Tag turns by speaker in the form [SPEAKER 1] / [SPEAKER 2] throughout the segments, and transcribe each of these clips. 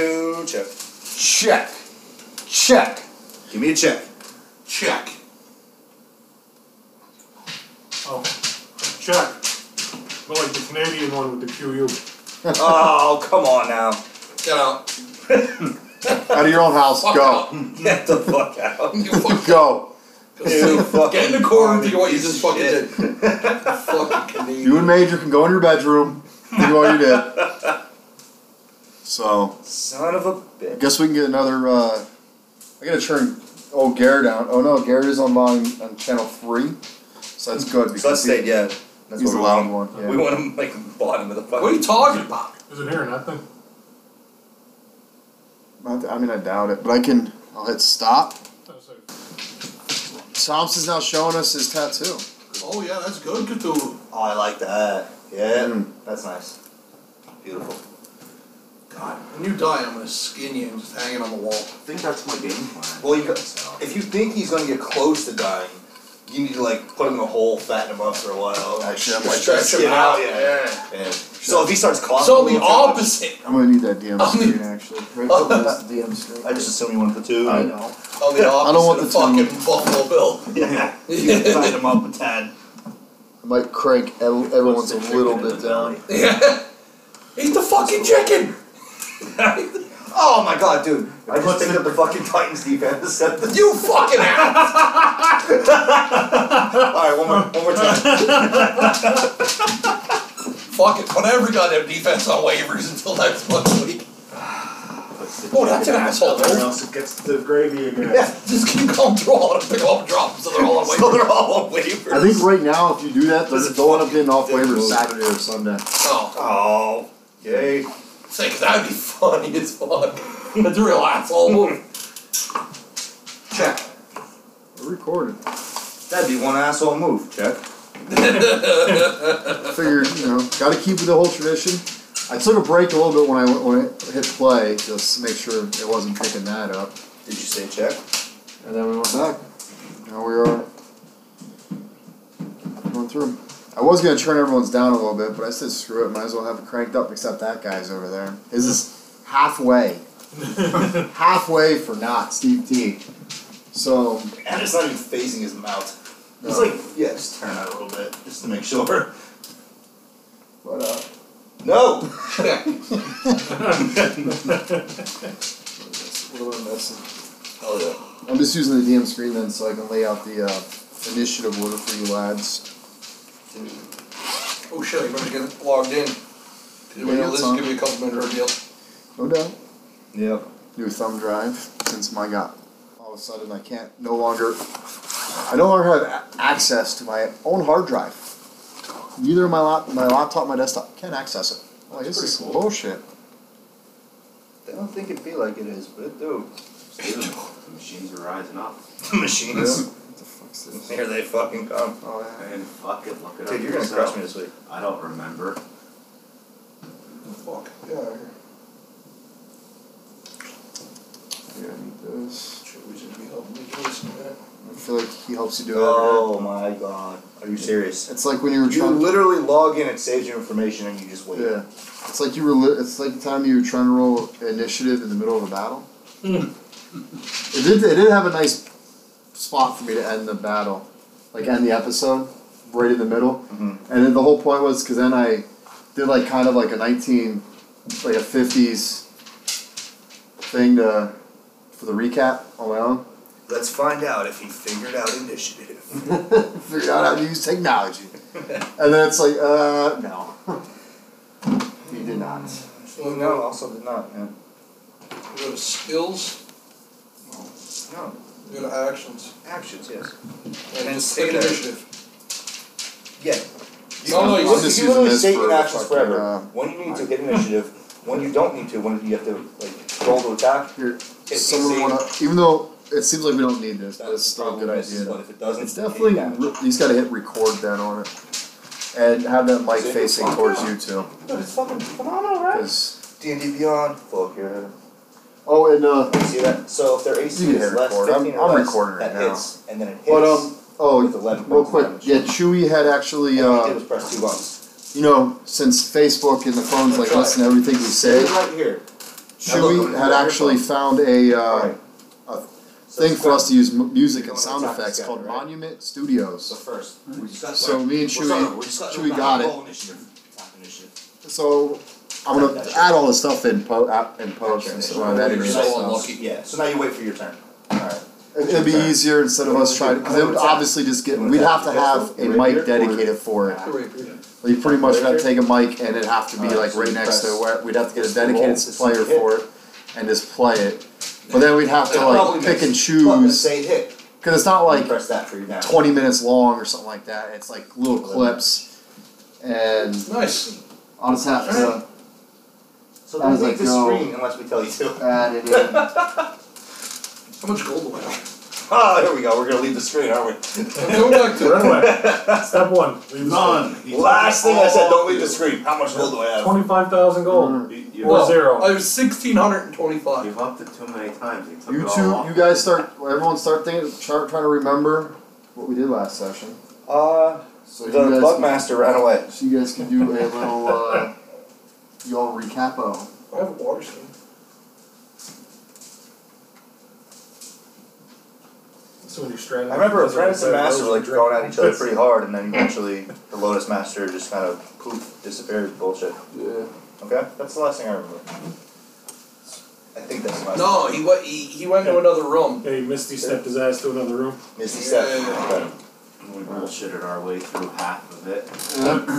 [SPEAKER 1] phone check.
[SPEAKER 2] Check. Check.
[SPEAKER 1] Give me a check.
[SPEAKER 3] Check.
[SPEAKER 4] Oh, check. But like the Canadian one with the QU.
[SPEAKER 1] oh, come on now.
[SPEAKER 3] Get out.
[SPEAKER 2] Out of your own house.
[SPEAKER 3] Fuck
[SPEAKER 2] Go.
[SPEAKER 3] out.
[SPEAKER 1] Get the fuck out.
[SPEAKER 3] You fuck-
[SPEAKER 2] Go.
[SPEAKER 1] You fucking
[SPEAKER 3] Get in the corner and do what you
[SPEAKER 1] piece
[SPEAKER 3] just
[SPEAKER 1] of
[SPEAKER 3] fucking
[SPEAKER 1] shit.
[SPEAKER 3] did. fucking Canadian.
[SPEAKER 2] You and Major can go in your bedroom. Do what you did. So
[SPEAKER 1] Son of a
[SPEAKER 2] I
[SPEAKER 1] bitch.
[SPEAKER 2] guess we can get another. Uh, I gotta turn old Gare down. Oh no, Gare is on volume on channel three, so that's good because
[SPEAKER 1] So that's
[SPEAKER 2] he-
[SPEAKER 1] it, yeah. That's
[SPEAKER 2] he's
[SPEAKER 1] what
[SPEAKER 2] the
[SPEAKER 1] we
[SPEAKER 2] loud
[SPEAKER 1] want.
[SPEAKER 2] one. Yeah.
[SPEAKER 1] We want him like bottom of the fucking.
[SPEAKER 3] What are you talking about?
[SPEAKER 4] Is it here or nothing?
[SPEAKER 2] Not that- I mean, I doubt it, but I can. I'll hit stop.
[SPEAKER 4] I was like,
[SPEAKER 2] Thompson's now showing us his tattoo.
[SPEAKER 3] Oh yeah, that's good, Cthulhu.
[SPEAKER 1] Oh, I like that. Yeah,
[SPEAKER 2] Mm.
[SPEAKER 1] that's nice. Beautiful.
[SPEAKER 3] God, when you die, I'm gonna skin you and just hang it on the wall.
[SPEAKER 5] I think that's my game plan.
[SPEAKER 1] Well, you got, if you think he's gonna get close to dying, you need to like put him in a hole, fatten him up for a while. Like,
[SPEAKER 2] Actually, I'm like
[SPEAKER 1] stretch him out. Yeah. yeah. So if he starts coughing,
[SPEAKER 3] So the
[SPEAKER 1] all time,
[SPEAKER 3] opposite.
[SPEAKER 2] I'm gonna need that DM
[SPEAKER 3] I mean-
[SPEAKER 2] screen actually. Rachel needs the DM screen.
[SPEAKER 1] I just assume you want the two.
[SPEAKER 2] I know.
[SPEAKER 3] On the opposite
[SPEAKER 2] I don't want
[SPEAKER 3] of
[SPEAKER 2] the tone.
[SPEAKER 3] fucking Buffalo Bill.
[SPEAKER 1] Yeah. You can fatten him up a tad.
[SPEAKER 2] I might crank ev- everyone's a
[SPEAKER 5] What's the
[SPEAKER 2] little
[SPEAKER 5] chicken in
[SPEAKER 2] bit
[SPEAKER 5] the
[SPEAKER 2] down.
[SPEAKER 3] Yeah. Eat the fucking chicken.
[SPEAKER 1] Oh my god, dude! I just picked up the fucking Titans defense. Set the-
[SPEAKER 3] You fucking ass.
[SPEAKER 1] All right, one more, one more time.
[SPEAKER 3] Fuck it. Put every goddamn defense on waivers until next fucking week. Oh, that's an asshole.
[SPEAKER 5] Everyone
[SPEAKER 3] though.
[SPEAKER 5] else gets the gravy again.
[SPEAKER 1] Yeah.
[SPEAKER 3] Just keep going through all of them, pick them up and drop them so they're all on
[SPEAKER 1] So
[SPEAKER 3] waivers.
[SPEAKER 1] they're all on waivers.
[SPEAKER 2] I think right now, if you do that, they'll
[SPEAKER 1] This is
[SPEAKER 2] they'll end up getting off
[SPEAKER 1] fucking
[SPEAKER 2] waivers
[SPEAKER 1] difficult.
[SPEAKER 2] Saturday or Sunday.
[SPEAKER 3] Oh,
[SPEAKER 1] Oh, yay!
[SPEAKER 3] say, 'cause that'd be funny as fuck. That's a real asshole
[SPEAKER 1] Oh,
[SPEAKER 3] move.
[SPEAKER 1] Check.
[SPEAKER 2] We're recording.
[SPEAKER 1] That'd be one asshole move. Check.
[SPEAKER 2] I figured, you know, got to keep the whole tradition. I took a break a little bit when I went- when I hit play, just to make sure it wasn't picking that up,
[SPEAKER 1] Did you say check?
[SPEAKER 2] and then we went back. Now we are going through. I was gonna turn everyone's down a little bit, but I said screw it. Might as well have it cranked up, except that guy's over there. His is halfway, halfway for not Steve T. So
[SPEAKER 1] And it's not even facing his mouth. It's
[SPEAKER 2] No.
[SPEAKER 1] like, yeah, just turn out a little bit, just to make sure.
[SPEAKER 2] What up?
[SPEAKER 1] No!
[SPEAKER 3] Check.
[SPEAKER 2] What am I missing?
[SPEAKER 3] Oh,
[SPEAKER 1] Hell yeah.
[SPEAKER 2] I'm just using the DM screen then so I can lay out the uh, initiative order for you lads.
[SPEAKER 3] Oh shit, I better get logged in. Did we
[SPEAKER 2] Yeah,
[SPEAKER 3] do
[SPEAKER 2] it's
[SPEAKER 3] this?
[SPEAKER 2] on.
[SPEAKER 3] Give me a couple minute ordeal.
[SPEAKER 2] No doubt.
[SPEAKER 1] Yep.
[SPEAKER 2] New thumb drive since my got all of a sudden I can't no longer I no longer have a- access to my own hard drive. Neither my lap, my laptop, my desktop can't access it. I'm like, this is bullshit.
[SPEAKER 1] I don't think it'd be like it is, but it do.
[SPEAKER 5] The machines are rising up.
[SPEAKER 1] Machines.
[SPEAKER 2] What the fuck's this?
[SPEAKER 1] Here they fucking come.
[SPEAKER 2] Oh yeah.
[SPEAKER 5] And fuck it, look it up
[SPEAKER 1] Dude, you're gonna
[SPEAKER 5] yourself.
[SPEAKER 1] crush me this week.
[SPEAKER 5] I don't remember.
[SPEAKER 3] Fuck.
[SPEAKER 2] Yeah. Yeah, I need this.
[SPEAKER 3] Shit, we should be helping me do this in a minute.
[SPEAKER 2] I feel like he helps you do it.
[SPEAKER 1] Oh my god. Are you serious?
[SPEAKER 2] It's like when you were
[SPEAKER 1] You
[SPEAKER 2] trying.
[SPEAKER 1] literally log in, it saves your information, and you just wait.
[SPEAKER 2] Yeah, it's like you were. Li- it's like the time you were trying to roll initiative in the middle of a battle. it did. It did have a nice spot for me to end the battle, like end the episode, right in the middle.
[SPEAKER 1] Mhm.
[SPEAKER 2] And then the whole point was because then I did like kind of like a nineteen, like a fifties thing to for the recap on my own.
[SPEAKER 1] Let's find out if he figured out initiative.
[SPEAKER 2] Figured out how to use technology, and then it's like, uh, no, you did not.
[SPEAKER 3] So now,
[SPEAKER 1] also did not, man.
[SPEAKER 3] we go to skills,
[SPEAKER 1] No.
[SPEAKER 3] we go to actions.
[SPEAKER 1] Actions, yes.
[SPEAKER 3] And
[SPEAKER 1] And
[SPEAKER 3] just take
[SPEAKER 1] take it.
[SPEAKER 3] initiative.
[SPEAKER 1] Yeah. You,
[SPEAKER 3] Oh, no,
[SPEAKER 1] you,
[SPEAKER 3] you-
[SPEAKER 2] I'm just
[SPEAKER 1] you literally
[SPEAKER 2] using this
[SPEAKER 1] state your
[SPEAKER 2] for
[SPEAKER 1] actions
[SPEAKER 2] fucking,
[SPEAKER 1] forever.
[SPEAKER 2] uh,
[SPEAKER 1] when you need to get initiative, when you don't need to, when you have to like roll to attack.
[SPEAKER 2] Here,
[SPEAKER 1] It
[SPEAKER 2] someone
[SPEAKER 1] easy.
[SPEAKER 2] wanna, even though it seems like we don't need this, but
[SPEAKER 1] That's
[SPEAKER 2] it's still a good
[SPEAKER 1] probably this is
[SPEAKER 2] idea.
[SPEAKER 1] What if it doesn't?
[SPEAKER 2] It's definitely,
[SPEAKER 1] Yeah.
[SPEAKER 2] re- you just gotta hit record then on it. And have that mic
[SPEAKER 1] Is it?
[SPEAKER 2] facing
[SPEAKER 1] Fuck
[SPEAKER 2] towards
[SPEAKER 1] yeah.
[SPEAKER 2] you too,
[SPEAKER 1] Dude, it's fucking phenomenal, right?
[SPEAKER 2] cause,
[SPEAKER 1] D and D Beyond. Fuck yeah.
[SPEAKER 2] oh, and uh,
[SPEAKER 1] You see that? So if their AC
[SPEAKER 2] You can
[SPEAKER 1] is
[SPEAKER 2] hit
[SPEAKER 1] less,
[SPEAKER 2] record. I'm-
[SPEAKER 1] fifteen or
[SPEAKER 2] I'm
[SPEAKER 1] less,
[SPEAKER 2] recording
[SPEAKER 1] that
[SPEAKER 2] right now.
[SPEAKER 1] hits, and then it hits.
[SPEAKER 2] but um,
[SPEAKER 1] with
[SPEAKER 2] oh,
[SPEAKER 1] 11
[SPEAKER 2] real
[SPEAKER 1] points of
[SPEAKER 2] quick,
[SPEAKER 1] damage.
[SPEAKER 2] yeah, Chewy had actually,
[SPEAKER 1] all you did
[SPEAKER 2] uh,
[SPEAKER 1] was press two buttons.
[SPEAKER 2] you know, since Facebook and the phones like
[SPEAKER 1] Try it.
[SPEAKER 2] listen to everything we
[SPEAKER 1] It's
[SPEAKER 2] say,
[SPEAKER 1] right here.
[SPEAKER 2] Should we had actually found a, uh, a thing for us to use mu- music and sound effects called Monument
[SPEAKER 1] So
[SPEAKER 2] Studios.
[SPEAKER 1] first,
[SPEAKER 5] We just
[SPEAKER 2] So me and Chewy, Chewy got it. So I'm gonna add all the stuff in po- out- in post and stuff like that.
[SPEAKER 1] You're
[SPEAKER 2] into
[SPEAKER 1] so
[SPEAKER 2] this.
[SPEAKER 3] unlucky.
[SPEAKER 1] yeah. So now you wait for your turn. All right.
[SPEAKER 2] It- It'd be easier instead of us trying because it would obviously just get. We'd have to have a mic dedicated for it. You pretty much gotta take a mic and it'd have to be like right next to where we'd have to get a dedicated player for it and just play it. But then we'd have to like pick and
[SPEAKER 1] Well, let's
[SPEAKER 2] choose
[SPEAKER 1] say it hit.
[SPEAKER 2] because it's not like
[SPEAKER 1] press that for you now.
[SPEAKER 2] twenty minutes long or something like that. It's like little clips, and
[SPEAKER 3] Nice.
[SPEAKER 6] I'll just have to
[SPEAKER 1] So
[SPEAKER 6] I
[SPEAKER 1] don't
[SPEAKER 6] was
[SPEAKER 1] leave
[SPEAKER 6] like,
[SPEAKER 1] the
[SPEAKER 6] no.
[SPEAKER 1] screen unless we tell you to.
[SPEAKER 6] add it in.
[SPEAKER 3] How much gold do I have?
[SPEAKER 1] Ah, there we go. We're gonna leave the screen, aren't
[SPEAKER 3] Go back to
[SPEAKER 4] Runway. Step one. None.
[SPEAKER 1] we? Last thing I said, don't leave the screen. How much gold do I have?
[SPEAKER 4] Twenty-five thousand gold.
[SPEAKER 1] Mm-hmm.
[SPEAKER 5] You, you,
[SPEAKER 4] Or
[SPEAKER 3] Well,
[SPEAKER 4] zero.
[SPEAKER 3] I was sixteen hundred and twenty-five.
[SPEAKER 5] you've upped it too many times. You took
[SPEAKER 2] you
[SPEAKER 5] it all
[SPEAKER 2] two,
[SPEAKER 5] off.
[SPEAKER 2] you guys start. Everyone start thinking, start trying to remember what we did last session.
[SPEAKER 1] Uh,
[SPEAKER 2] So
[SPEAKER 1] the
[SPEAKER 2] you guys,
[SPEAKER 1] Bugmaster ran away.
[SPEAKER 2] so you guys can do a little, uh, you all recapo.
[SPEAKER 3] I have a water skin.
[SPEAKER 4] So when you're straddling.
[SPEAKER 1] I remember
[SPEAKER 4] those are
[SPEAKER 1] Apprentice and
[SPEAKER 4] the-
[SPEAKER 1] Master
[SPEAKER 4] those
[SPEAKER 1] were
[SPEAKER 4] are
[SPEAKER 1] like
[SPEAKER 4] the-
[SPEAKER 1] going at each other pretty hard, and then eventually the Lotus Master just kind of poof disappeared. Bullshit.
[SPEAKER 2] Yeah.
[SPEAKER 1] Okay, that's the last thing I remember. I think that's the last.
[SPEAKER 3] No, he went. He, he went to another room.
[SPEAKER 4] Hey, Misty stepped his ass to another room.
[SPEAKER 1] Misty Step.
[SPEAKER 3] Yeah.
[SPEAKER 5] We bullshitted our way through half of it.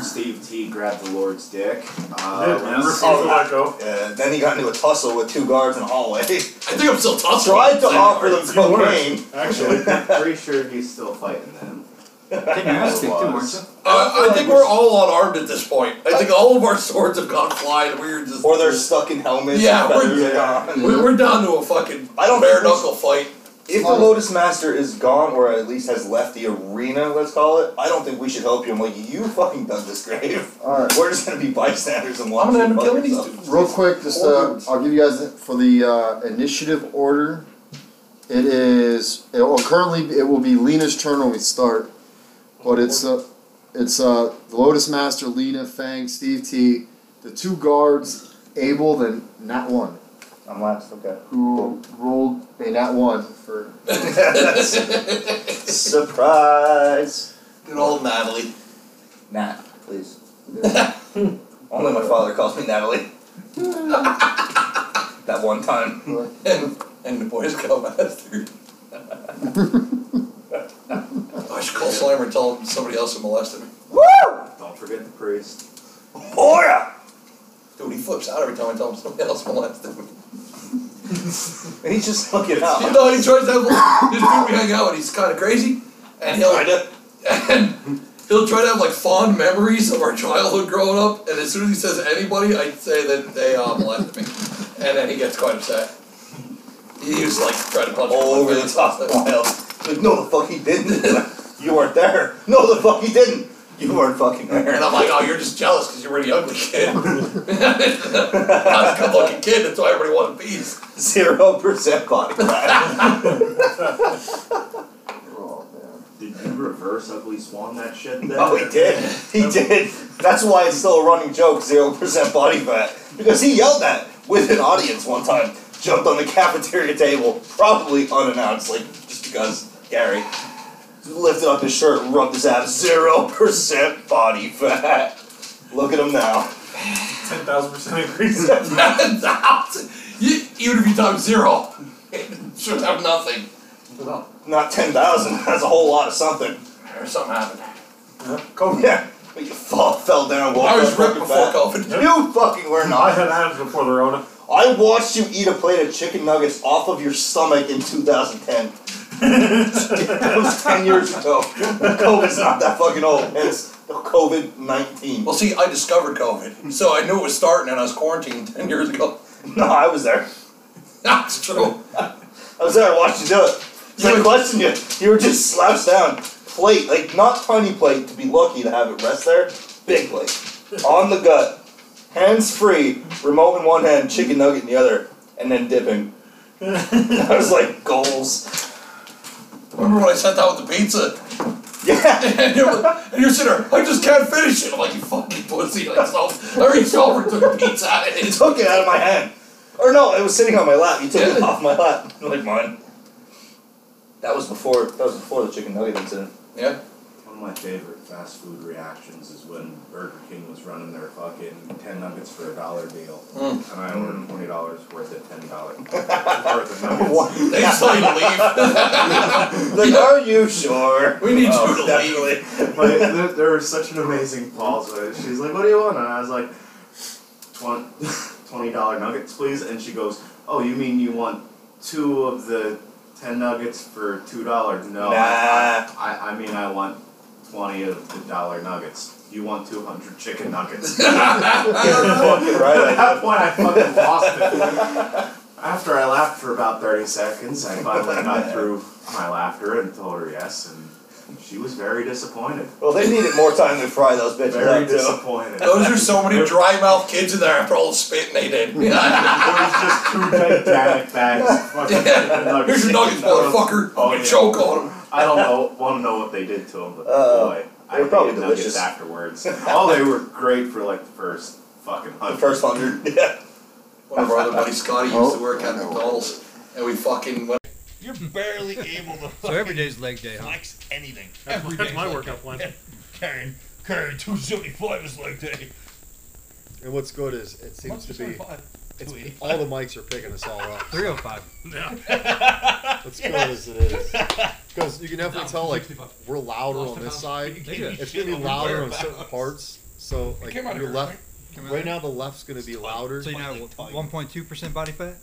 [SPEAKER 5] Steve T grabbed the Lord's dick. Uh,
[SPEAKER 4] Did-
[SPEAKER 5] went
[SPEAKER 4] remember?
[SPEAKER 5] upstairs.
[SPEAKER 4] Oh, let it go.
[SPEAKER 1] Uh, then he got into a tussle with two guards in the hallway.
[SPEAKER 3] I think I'm still tough.
[SPEAKER 1] Tried to offer them
[SPEAKER 4] You were.
[SPEAKER 1] cocaine.
[SPEAKER 4] Actually,
[SPEAKER 5] Pretty sure he's still fighting them.
[SPEAKER 6] Didn't you guys pick two, weren't you?
[SPEAKER 3] Uh, I think we're all unarmed at this point. I think all of our swords have gone flying. We're just.
[SPEAKER 1] Or they're stuck in helmets.
[SPEAKER 3] Yeah,
[SPEAKER 1] and feathers
[SPEAKER 3] we're-
[SPEAKER 1] are gone.
[SPEAKER 3] we- We're down to a fucking.
[SPEAKER 1] I don't
[SPEAKER 3] bare
[SPEAKER 1] think we
[SPEAKER 3] knuckle fight.
[SPEAKER 1] If the Lotus Master is gone, or at least has left the arena, let's call it, I don't think we should help you. I'm like, you fucking dug this grave.
[SPEAKER 2] Alright.
[SPEAKER 1] We're just gonna be bystanders and watch
[SPEAKER 3] I'm gonna end
[SPEAKER 1] you
[SPEAKER 3] up
[SPEAKER 1] fuck
[SPEAKER 3] killing these
[SPEAKER 1] yourself.
[SPEAKER 3] dudes.
[SPEAKER 2] Real quick, just uh, I'll give you guys the- for the uh, initiative order. It is it will currently it will be Lena's turn when we start, but it's uh, it's uh, the Lotus Master, Lena, Fang, Steve T, the two guards, Abel, then Nat One,
[SPEAKER 1] I'm last, okay.
[SPEAKER 2] who rolled a Nat One for
[SPEAKER 1] Surprise!
[SPEAKER 3] Good old Natalie.
[SPEAKER 1] Nat, please.
[SPEAKER 2] yeah,
[SPEAKER 1] Only my father calls me Natalie. that one time.
[SPEAKER 3] And and the boys go after. I should call Slimer and tell him somebody else molested me.
[SPEAKER 1] Woo!
[SPEAKER 5] Don't forget the priest.
[SPEAKER 1] Boya!
[SPEAKER 3] Dude, he flips out every time I tell him somebody else molested me.
[SPEAKER 1] And he's just looking
[SPEAKER 3] You
[SPEAKER 1] out.
[SPEAKER 3] know, he tries to have this dude we hang out with. He's kind of crazy, and he'll and he'll try to have like fond memories of our childhood growing up. And as soon as he says anybody, I say that they uh, molested me, and then he gets quite upset. He was like trying to punch me in
[SPEAKER 1] All over the
[SPEAKER 3] face.
[SPEAKER 1] top of the wild. Like, no, the fuck he didn't. you weren't there. No, the fuck he didn't. You weren't fucking there.
[SPEAKER 3] And I'm like, oh, you're just jealous because you were the ugly kid. I was a good looking kid, that's why everybody wanted peace.
[SPEAKER 1] Zero percent body fat.
[SPEAKER 5] Did you reverse ugly swan that shit then?
[SPEAKER 1] oh, he did. He did. That's why it's still a running joke. Zero percent body fat because he yelled that with an audience one time. Jumped on the cafeteria table, probably unannounced, like just because Gary lifted up his shirt, rubbed his abs. Zero percent body fat. Look at him now.
[SPEAKER 4] ten thousand percent increase.
[SPEAKER 3] You- Even if you times zero, it should have nothing.
[SPEAKER 1] Not ten thousand. That's a whole lot of something.
[SPEAKER 3] Or something happened.
[SPEAKER 1] Yeah. But you fall, fell down, walked
[SPEAKER 3] I was
[SPEAKER 1] up
[SPEAKER 3] ripped
[SPEAKER 1] fucking
[SPEAKER 3] before
[SPEAKER 1] fat.
[SPEAKER 3] COVID.
[SPEAKER 1] You fucking were
[SPEAKER 4] I
[SPEAKER 1] not.
[SPEAKER 4] had abs before the Rona.
[SPEAKER 1] I watched you eat a plate of chicken nuggets off of your stomach in 2010. that was 10 years ago. COVID's not that fucking old. It's COVID 19.
[SPEAKER 3] Well, see, I discovered COVID, so I knew it was starting, and I was quarantined ten years ago.
[SPEAKER 1] No, I was there.
[SPEAKER 3] That's true.
[SPEAKER 1] I was there. I watched you do it. It's like question you. You were just slouched down. Plate, like not tiny plate to be lucky to have it rest there. Big plate. On the gut. Hands free. Remote in one hand, chicken nugget in the other, and then dipping. I was like, goals.
[SPEAKER 3] Remember when I sat down with the pizza,
[SPEAKER 1] Yeah.
[SPEAKER 3] and you're, and you're sitting there, I just can't finish it. I'm like, you fucking pussy. Like, so I reached over and took a pizza out of his
[SPEAKER 1] Took it out of my hand. Or no, it was sitting on my lap. You took it
[SPEAKER 3] Yeah.
[SPEAKER 1] off my lap. Like mine. That was before that was before the chicken nugget incident.
[SPEAKER 3] Yeah.
[SPEAKER 5] One of my favorite fast food reactions is when Burger King was running their fucking ten nuggets for a dollar deal,
[SPEAKER 3] Mm.
[SPEAKER 5] and I ordered twenty dollars worth of ten dollars worth of nuggets.
[SPEAKER 3] They just tell you to
[SPEAKER 1] Like, are you sure?
[SPEAKER 3] leave. we need
[SPEAKER 1] Oh,
[SPEAKER 3] you to leave.
[SPEAKER 1] definitely.
[SPEAKER 5] But there, there was such an amazing pause. Where she's like, "What do you want?" And I was like, "Twen- twenty dollar nuggets, please." And she goes, "Oh, you mean you want two of the ten nuggets for two dollars? No, I, I, I I mean I want twenty of the dollar nuggets. You want two hundred chicken nuggets?"
[SPEAKER 1] Fucking
[SPEAKER 5] At
[SPEAKER 1] right. I
[SPEAKER 5] that point, I fucking lost it. After I laughed for about 30 seconds, I finally got through my laughter and told her yes, and she was very disappointed.
[SPEAKER 1] Well, they needed more time to fry those bitches
[SPEAKER 5] Very
[SPEAKER 1] up too.
[SPEAKER 5] disappointed. There
[SPEAKER 3] Those are so many dry mouth kids in there after all the spitting they did. Here's
[SPEAKER 5] was just two gigantic bags. Fucking chicken nuggets.
[SPEAKER 3] your nuggets, motherfucker.
[SPEAKER 5] Oh,
[SPEAKER 3] I'm gonna
[SPEAKER 5] yeah.
[SPEAKER 3] choke on them.
[SPEAKER 5] I don't know, want to know what they did to them, but
[SPEAKER 1] Uh,
[SPEAKER 5] boy,
[SPEAKER 1] they
[SPEAKER 5] I
[SPEAKER 1] were probably
[SPEAKER 5] hated nuggets
[SPEAKER 1] delicious.
[SPEAKER 5] afterwards. Oh, they were great for like the first fucking
[SPEAKER 1] The
[SPEAKER 5] hundred.
[SPEAKER 1] first hundred. Yeah.
[SPEAKER 3] One of our other buddies, Scotty, used
[SPEAKER 2] Oh,
[SPEAKER 3] to work at
[SPEAKER 2] I know.
[SPEAKER 3] McDonald's, and we fucking went.
[SPEAKER 7] You're barely able to
[SPEAKER 8] So every day's leg day, huh?
[SPEAKER 7] flex anything.
[SPEAKER 4] That's,
[SPEAKER 7] Every
[SPEAKER 4] that's
[SPEAKER 7] day's
[SPEAKER 4] my
[SPEAKER 7] like
[SPEAKER 4] workout plan.
[SPEAKER 7] Carrying, carrying 275 is like day.
[SPEAKER 9] And what's good is it seems to be
[SPEAKER 7] 275,
[SPEAKER 9] it's,
[SPEAKER 7] 280.
[SPEAKER 9] all the mics are picking us all up.
[SPEAKER 8] 305.
[SPEAKER 9] What's good as it is because you can definitely tell like we're louder
[SPEAKER 7] Lost
[SPEAKER 9] on
[SPEAKER 7] a
[SPEAKER 9] this
[SPEAKER 7] pound.
[SPEAKER 9] side.
[SPEAKER 7] You gave me
[SPEAKER 9] It's
[SPEAKER 7] shit
[SPEAKER 9] gonna be
[SPEAKER 7] on
[SPEAKER 9] louder on
[SPEAKER 7] whereabouts.
[SPEAKER 9] certain parts. So like
[SPEAKER 7] came out of
[SPEAKER 9] your
[SPEAKER 7] here,
[SPEAKER 9] left
[SPEAKER 8] Come
[SPEAKER 9] right now the left's gonna be louder.
[SPEAKER 8] So you now have 1.2% body fat?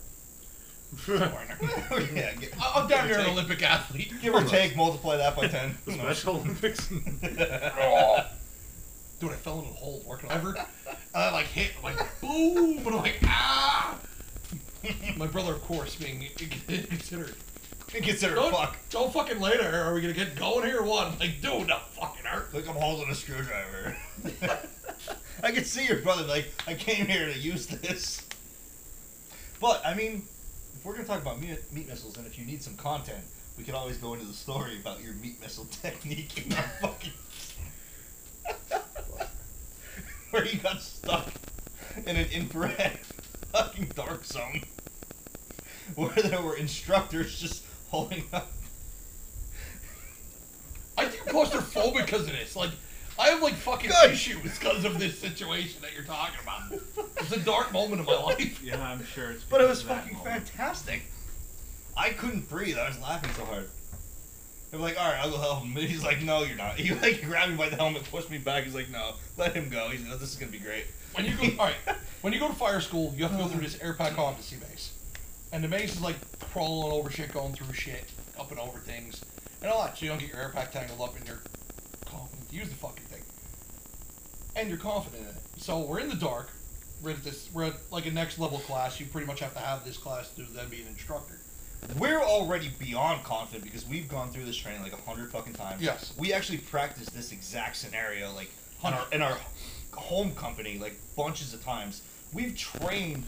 [SPEAKER 7] yeah, get, I'm down here an Olympic athlete. Give or take, multiply that by 10.
[SPEAKER 4] The Special Olympics.
[SPEAKER 7] Oh. Dude, I fell into a hole working ever. And I like hit, I'm like boom, and I'm like ah. My brother, of course, being considered.
[SPEAKER 1] Consider
[SPEAKER 7] Don't, don't fucking later. Are we gonna get going here or what? I'm like, dude, that fucking hurt.
[SPEAKER 1] Look, I'm holding a screwdriver. I can see your brother like, I came here to use this.
[SPEAKER 7] But I mean, if we're gonna talk about meat, meat missiles, and if you need some content, we can always go into the story about your meat missile technique and that fucking where you got stuck in an infrared fucking dark zone where there were instructors just holding up. I think I'm claustrophobic because of this. Like, I have like fucking issues because of this situation that you're talking about. It's a dark moment of my life.
[SPEAKER 10] Yeah, I'm sure it's.
[SPEAKER 7] But it
[SPEAKER 10] because
[SPEAKER 7] was
[SPEAKER 10] of that
[SPEAKER 7] fucking
[SPEAKER 10] moment.
[SPEAKER 7] fantastic. I couldn't breathe. I was laughing so hard. They were like, all right, I'll go help him. And he's like, no, you're not. He like grabbed me by the helmet, pushed me back. He's like, no, let him go. He's like, "Oh, this is gonna be great. When you go, all right, when you go to fire school, you have to go through this air pack on to see base, and the base is like crawling over shit, going through shit, up and over things, and all that. So you don't get your air pack tangled up in your confident to use the fucking thing, and you're confident in it. So we're in the dark we're at this we're at like a next level class. You pretty much have to have this class to then be an instructor.
[SPEAKER 9] We're already beyond confident because we've gone through this training like a hundred fucking times.
[SPEAKER 7] Yes.
[SPEAKER 9] We actually practiced this exact scenario like
[SPEAKER 7] on our-
[SPEAKER 9] in our home company like bunches of times. We've trained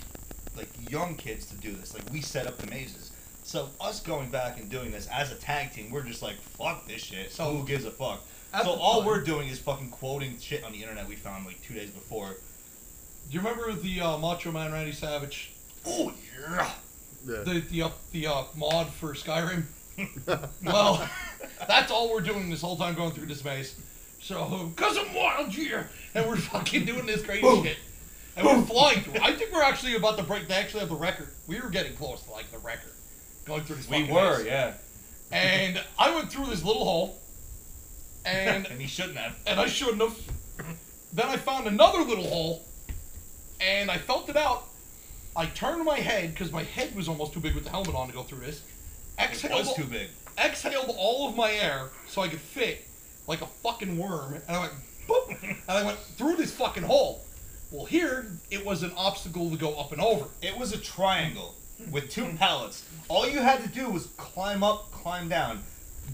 [SPEAKER 9] like young kids to do this. Like we set up the mazes. So us going back and doing this as a tag team, we're just like fuck this shit. So who gives a fuck?
[SPEAKER 7] At
[SPEAKER 9] so
[SPEAKER 7] the
[SPEAKER 9] all
[SPEAKER 7] time-
[SPEAKER 9] we're doing is fucking quoting shit on the internet we found like two days before.
[SPEAKER 7] Do you remember the uh, Macho Man Randy Savage? Oh yeah. The the up the uh, mod for Skyrim. well, that's all we're doing this whole time going through this maze. So, cause I'm wild here, and we're fucking doing this crazy shit, and we're flying through. I think we're actually about to break. They actually have the record. We were getting close to like the record, going through this. fucking maze.
[SPEAKER 9] yeah.
[SPEAKER 7] and I went through this little hole, and
[SPEAKER 9] And he shouldn't have.
[SPEAKER 7] and I shouldn't have. Then I found another little hole, and I felt it out. I turned my head because my head was almost too big with the helmet on to go through this.
[SPEAKER 9] It
[SPEAKER 7] Exhaled,
[SPEAKER 9] was too big.
[SPEAKER 7] exhaled all of my air so I could fit like a fucking worm, and I went boop, and I went through this fucking hole. Well, here it was an obstacle to go up and over.
[SPEAKER 9] It was a triangle with two pallets. All you had to do was climb up, climb down.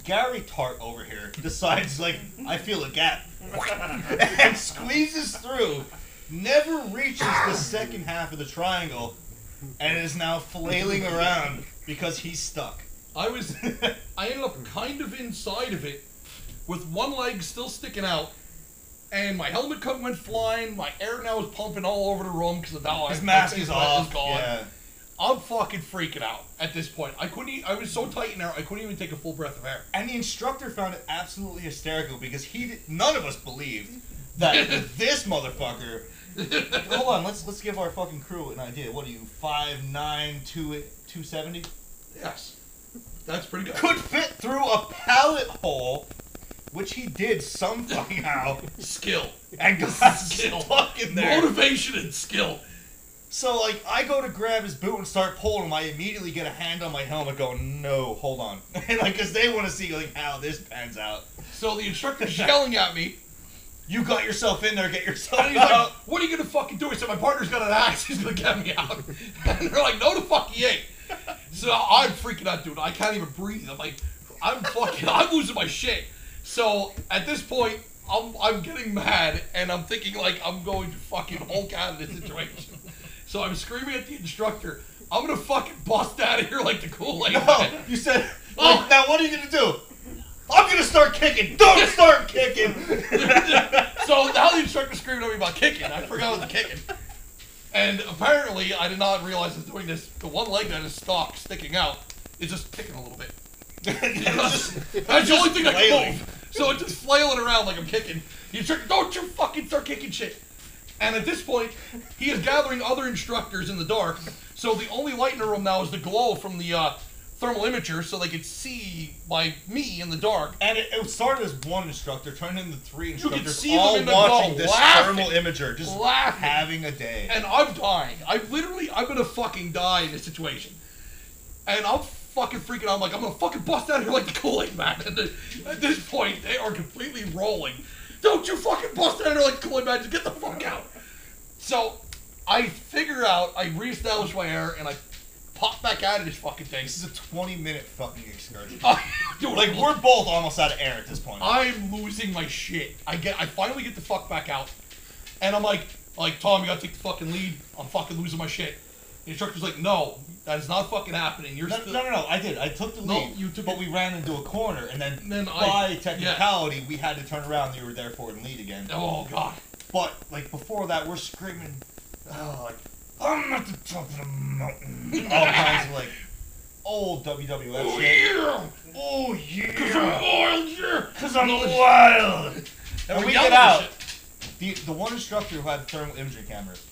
[SPEAKER 9] Gary Tart over here decides, like, I feel a gap and squeezes through, never reaches the second half of the triangle, and is now flailing around because he's stuck.
[SPEAKER 7] I was, I ended up kind of inside of it, with one leg still sticking out, and my helmet cut went flying. My air now is pumping all over the room because now Oh, I-
[SPEAKER 9] His
[SPEAKER 7] my
[SPEAKER 9] mask
[SPEAKER 7] face
[SPEAKER 9] is
[SPEAKER 7] mask
[SPEAKER 9] off.
[SPEAKER 7] gone.
[SPEAKER 9] Yeah.
[SPEAKER 7] I'm fucking freaking out at this point. I couldn't. e- I was so tight in there. I couldn't even take a full breath of air.
[SPEAKER 9] And the instructor found it absolutely hysterical because he did, none of us believed that this motherfucker. Hold on, let's let's give our fucking crew an idea. What are you, five nine two two seventy?
[SPEAKER 7] Yes, that's pretty good.
[SPEAKER 9] Could fit through a pallet hole, which he did somehow,
[SPEAKER 7] Skill,
[SPEAKER 9] and got stuck in there.
[SPEAKER 7] motivation, and skill.
[SPEAKER 9] So like I go to grab his boot and start pulling him, I immediately get a hand on my helmet going, No, hold on. And like cause they wanna see like how this pans out.
[SPEAKER 7] So the instructor's yelling at me.
[SPEAKER 9] You got yourself in there, get yourself
[SPEAKER 7] And he's like, "What are you gonna fucking do?" He said, "My partner's got an axe. He's gonna get me out." And they're like, "No, the fuck he ain't." So I'm freaking out, dude. I can't even breathe. I'm like, I'm fucking, I'm losing my shit. So at this point, I'm I'm getting mad, and I'm thinking like I'm going to fucking Hulk out of this situation. So I'm screaming at the instructor. I'm gonna fucking bust out of here like the Kool Aid.
[SPEAKER 9] No, you said like, Oh, now what are you gonna do? I'm gonna start kicking. Don't start kicking.
[SPEAKER 7] so now the instructor screamed at me about kicking. I forgot about the kicking. And apparently, I did not realize I was doing this. The one leg that is stock sticking out is just kicking a little bit. That's the only thing I can
[SPEAKER 9] flailing.
[SPEAKER 7] move. So it's just flailing around like I'm kicking. The instructor, don't you fucking start kicking shit. And at this point, he is gathering other instructors in the dark. So the only light in the room now is the glow from the uh, thermal imager, so they could see my me in the dark.
[SPEAKER 9] and it, it started as one instructor, turned into three
[SPEAKER 7] could
[SPEAKER 9] instructors,
[SPEAKER 7] see them
[SPEAKER 9] all
[SPEAKER 7] in the
[SPEAKER 9] watching
[SPEAKER 7] dog
[SPEAKER 9] this
[SPEAKER 7] laughing.
[SPEAKER 9] thermal imager, just
[SPEAKER 7] Laughing.
[SPEAKER 9] having a day.
[SPEAKER 7] and I'm dying. I literally, I'm gonna fucking die in this situation. And I'm fucking freaking out. I'm like, I'm gonna fucking bust out of here like the Kool-Aid man. And the, at this point, they are completely rolling. Don't you fucking bust out of here like the Kool-Aid man. Just get the fuck out. So I figure out, I reestablish my air, and I pop back out of this fucking thing.
[SPEAKER 9] This is a 20 minute fucking excursion.
[SPEAKER 7] Dude,
[SPEAKER 9] Like we're both almost out of air at this point.
[SPEAKER 7] I'm losing my shit. I get, I finally get the fuck back out, and I'm like, like Tom, you gotta take the fucking lead. I'm fucking losing my shit. The instructor's like, no, that is not fucking happening. You're
[SPEAKER 9] No,
[SPEAKER 7] still.
[SPEAKER 9] no, no, no, I did. I took the lead,
[SPEAKER 7] No, you took
[SPEAKER 9] but
[SPEAKER 7] it.
[SPEAKER 9] we ran into a corner, and then,
[SPEAKER 7] And then I-
[SPEAKER 9] by technicality, we had to turn around. You were there for it and lead again.
[SPEAKER 7] Oh god.
[SPEAKER 9] But like before that, we're screaming, oh, like I'm at the top of the mountain. All kinds of like old WWF shit. Oh yeah, because I'm wild. And we get out. The, the one instructor who had the thermal imagery cameras,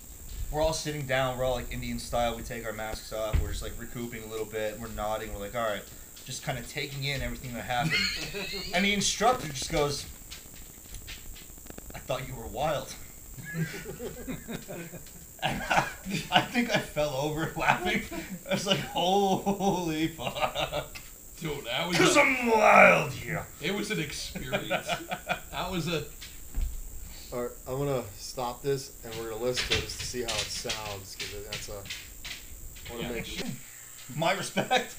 [SPEAKER 9] we're all sitting down, we're all like Indian style, we take our masks off, we're just like recouping a little bit, we're nodding, we're like, alright, just kind of taking in everything that happened. and the instructor just goes, I thought you were wild. and I, I think I fell over laughing. I was like, holy fuck.
[SPEAKER 7] Dude, that was.
[SPEAKER 9] Because
[SPEAKER 7] A,
[SPEAKER 9] I'm wild here.
[SPEAKER 7] it was an experience. that was a.
[SPEAKER 10] All right, I'm gonna stop this and we're gonna listen to this to see how it sounds because that's a. I wanna
[SPEAKER 7] Yeah.
[SPEAKER 10] make sure.
[SPEAKER 9] My respect.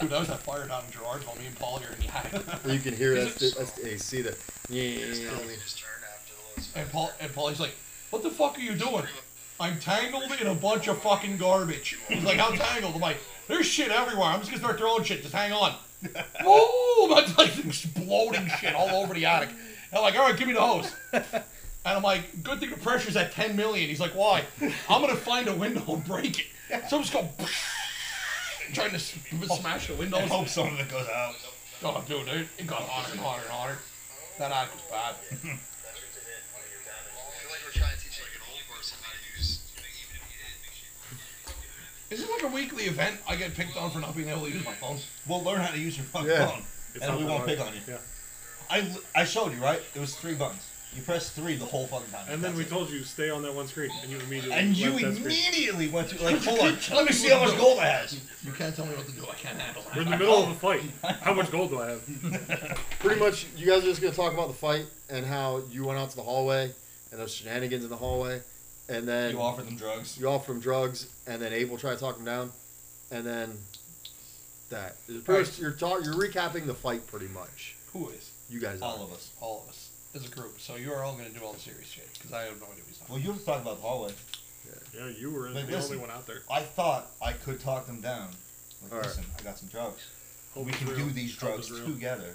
[SPEAKER 7] Dude, that was that fire down in Gerard while me and Paul here in the attic.
[SPEAKER 10] You can hear that's the, that's the AC. The yeah. yeah, yeah.
[SPEAKER 7] And Paul and Paul's like, what the fuck are you doing? I'm tangled in a bunch of fucking garbage. He's like, I'm tangled. I'm like, there's shit everywhere. I'm just gonna start throwing shit. Just hang on. Boom! I'm oh, like exploding shit all over the attic. And I'm like, all right, give me the hose. And I'm like, good thing the pressure's at 10 million. He's like, why? I'm gonna find a window and break it. So I'm just going trying to s- smash the windows.
[SPEAKER 9] I hope some of it goes out.
[SPEAKER 7] Oh, dude, it, it got hotter and hotter and hotter. That attic was bad. Is it like a weekly event? I get picked on for not being able to use my phone.
[SPEAKER 9] We'll learn how to use your fucking
[SPEAKER 10] Yeah.
[SPEAKER 9] phone, and we won't pick on you.
[SPEAKER 4] Yeah.
[SPEAKER 9] I, I showed you right. It was three buttons. You pressed three the whole fucking time.
[SPEAKER 4] And then we
[SPEAKER 9] That's it.
[SPEAKER 4] told you stay on that one screen, and you immediately
[SPEAKER 9] and you
[SPEAKER 4] left that screen.
[SPEAKER 9] immediately went to like, hold on,
[SPEAKER 7] tell
[SPEAKER 9] let me
[SPEAKER 7] me
[SPEAKER 9] see
[SPEAKER 7] what
[SPEAKER 9] how
[SPEAKER 7] to
[SPEAKER 9] much
[SPEAKER 7] do.
[SPEAKER 9] gold I has.
[SPEAKER 7] You can't tell me what to do. I can't handle that.
[SPEAKER 4] We're in the middle of a fight. How much gold do I have?
[SPEAKER 10] Pretty much, you guys are just gonna talk about the fight and how you went out to the hallway and those shenanigans in the hallway, and then
[SPEAKER 9] You offer them drugs.
[SPEAKER 10] you all from drugs, and then Abel tried to talk him down, and then that. It's pretty
[SPEAKER 7] Right.
[SPEAKER 10] much- you're talk, you're recapping the fight pretty much.
[SPEAKER 7] Who is?
[SPEAKER 10] You guys
[SPEAKER 9] All
[SPEAKER 10] are.
[SPEAKER 9] of us.
[SPEAKER 7] All of us. As a group. So you are all going to do all the serious shit. Because I have no idea what he's talking
[SPEAKER 9] Well, you were talking about the hallway.
[SPEAKER 4] Yeah, you were
[SPEAKER 9] Like,
[SPEAKER 4] the
[SPEAKER 9] listen.
[SPEAKER 4] only one out there.
[SPEAKER 9] I thought I could talk them down. Like,
[SPEAKER 10] All right.
[SPEAKER 9] listen, I got some drugs.
[SPEAKER 4] Hope
[SPEAKER 9] we
[SPEAKER 4] it's
[SPEAKER 9] can
[SPEAKER 4] real.
[SPEAKER 9] do these
[SPEAKER 4] Hope
[SPEAKER 9] drugs
[SPEAKER 4] it's real.
[SPEAKER 9] together.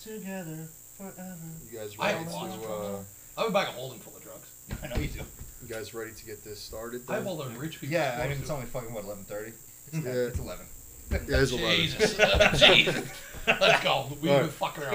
[SPEAKER 9] Together forever.
[SPEAKER 10] You guys
[SPEAKER 7] I
[SPEAKER 10] ran
[SPEAKER 7] don't
[SPEAKER 10] into.
[SPEAKER 7] know.
[SPEAKER 10] Uh,
[SPEAKER 7] I have a bag of holding full of drugs.
[SPEAKER 9] I know you do.
[SPEAKER 11] You guys ready to get this started?
[SPEAKER 7] I
[SPEAKER 11] then?
[SPEAKER 7] have all the rich people.
[SPEAKER 2] Yeah, I mean, it's only fucking, what, 11.30?
[SPEAKER 11] Yeah.
[SPEAKER 2] It's 11.
[SPEAKER 11] Yeah, it's 11.
[SPEAKER 7] Jesus. Jesus. Let's go. We've
[SPEAKER 11] All
[SPEAKER 7] been
[SPEAKER 11] right.
[SPEAKER 7] fucking around.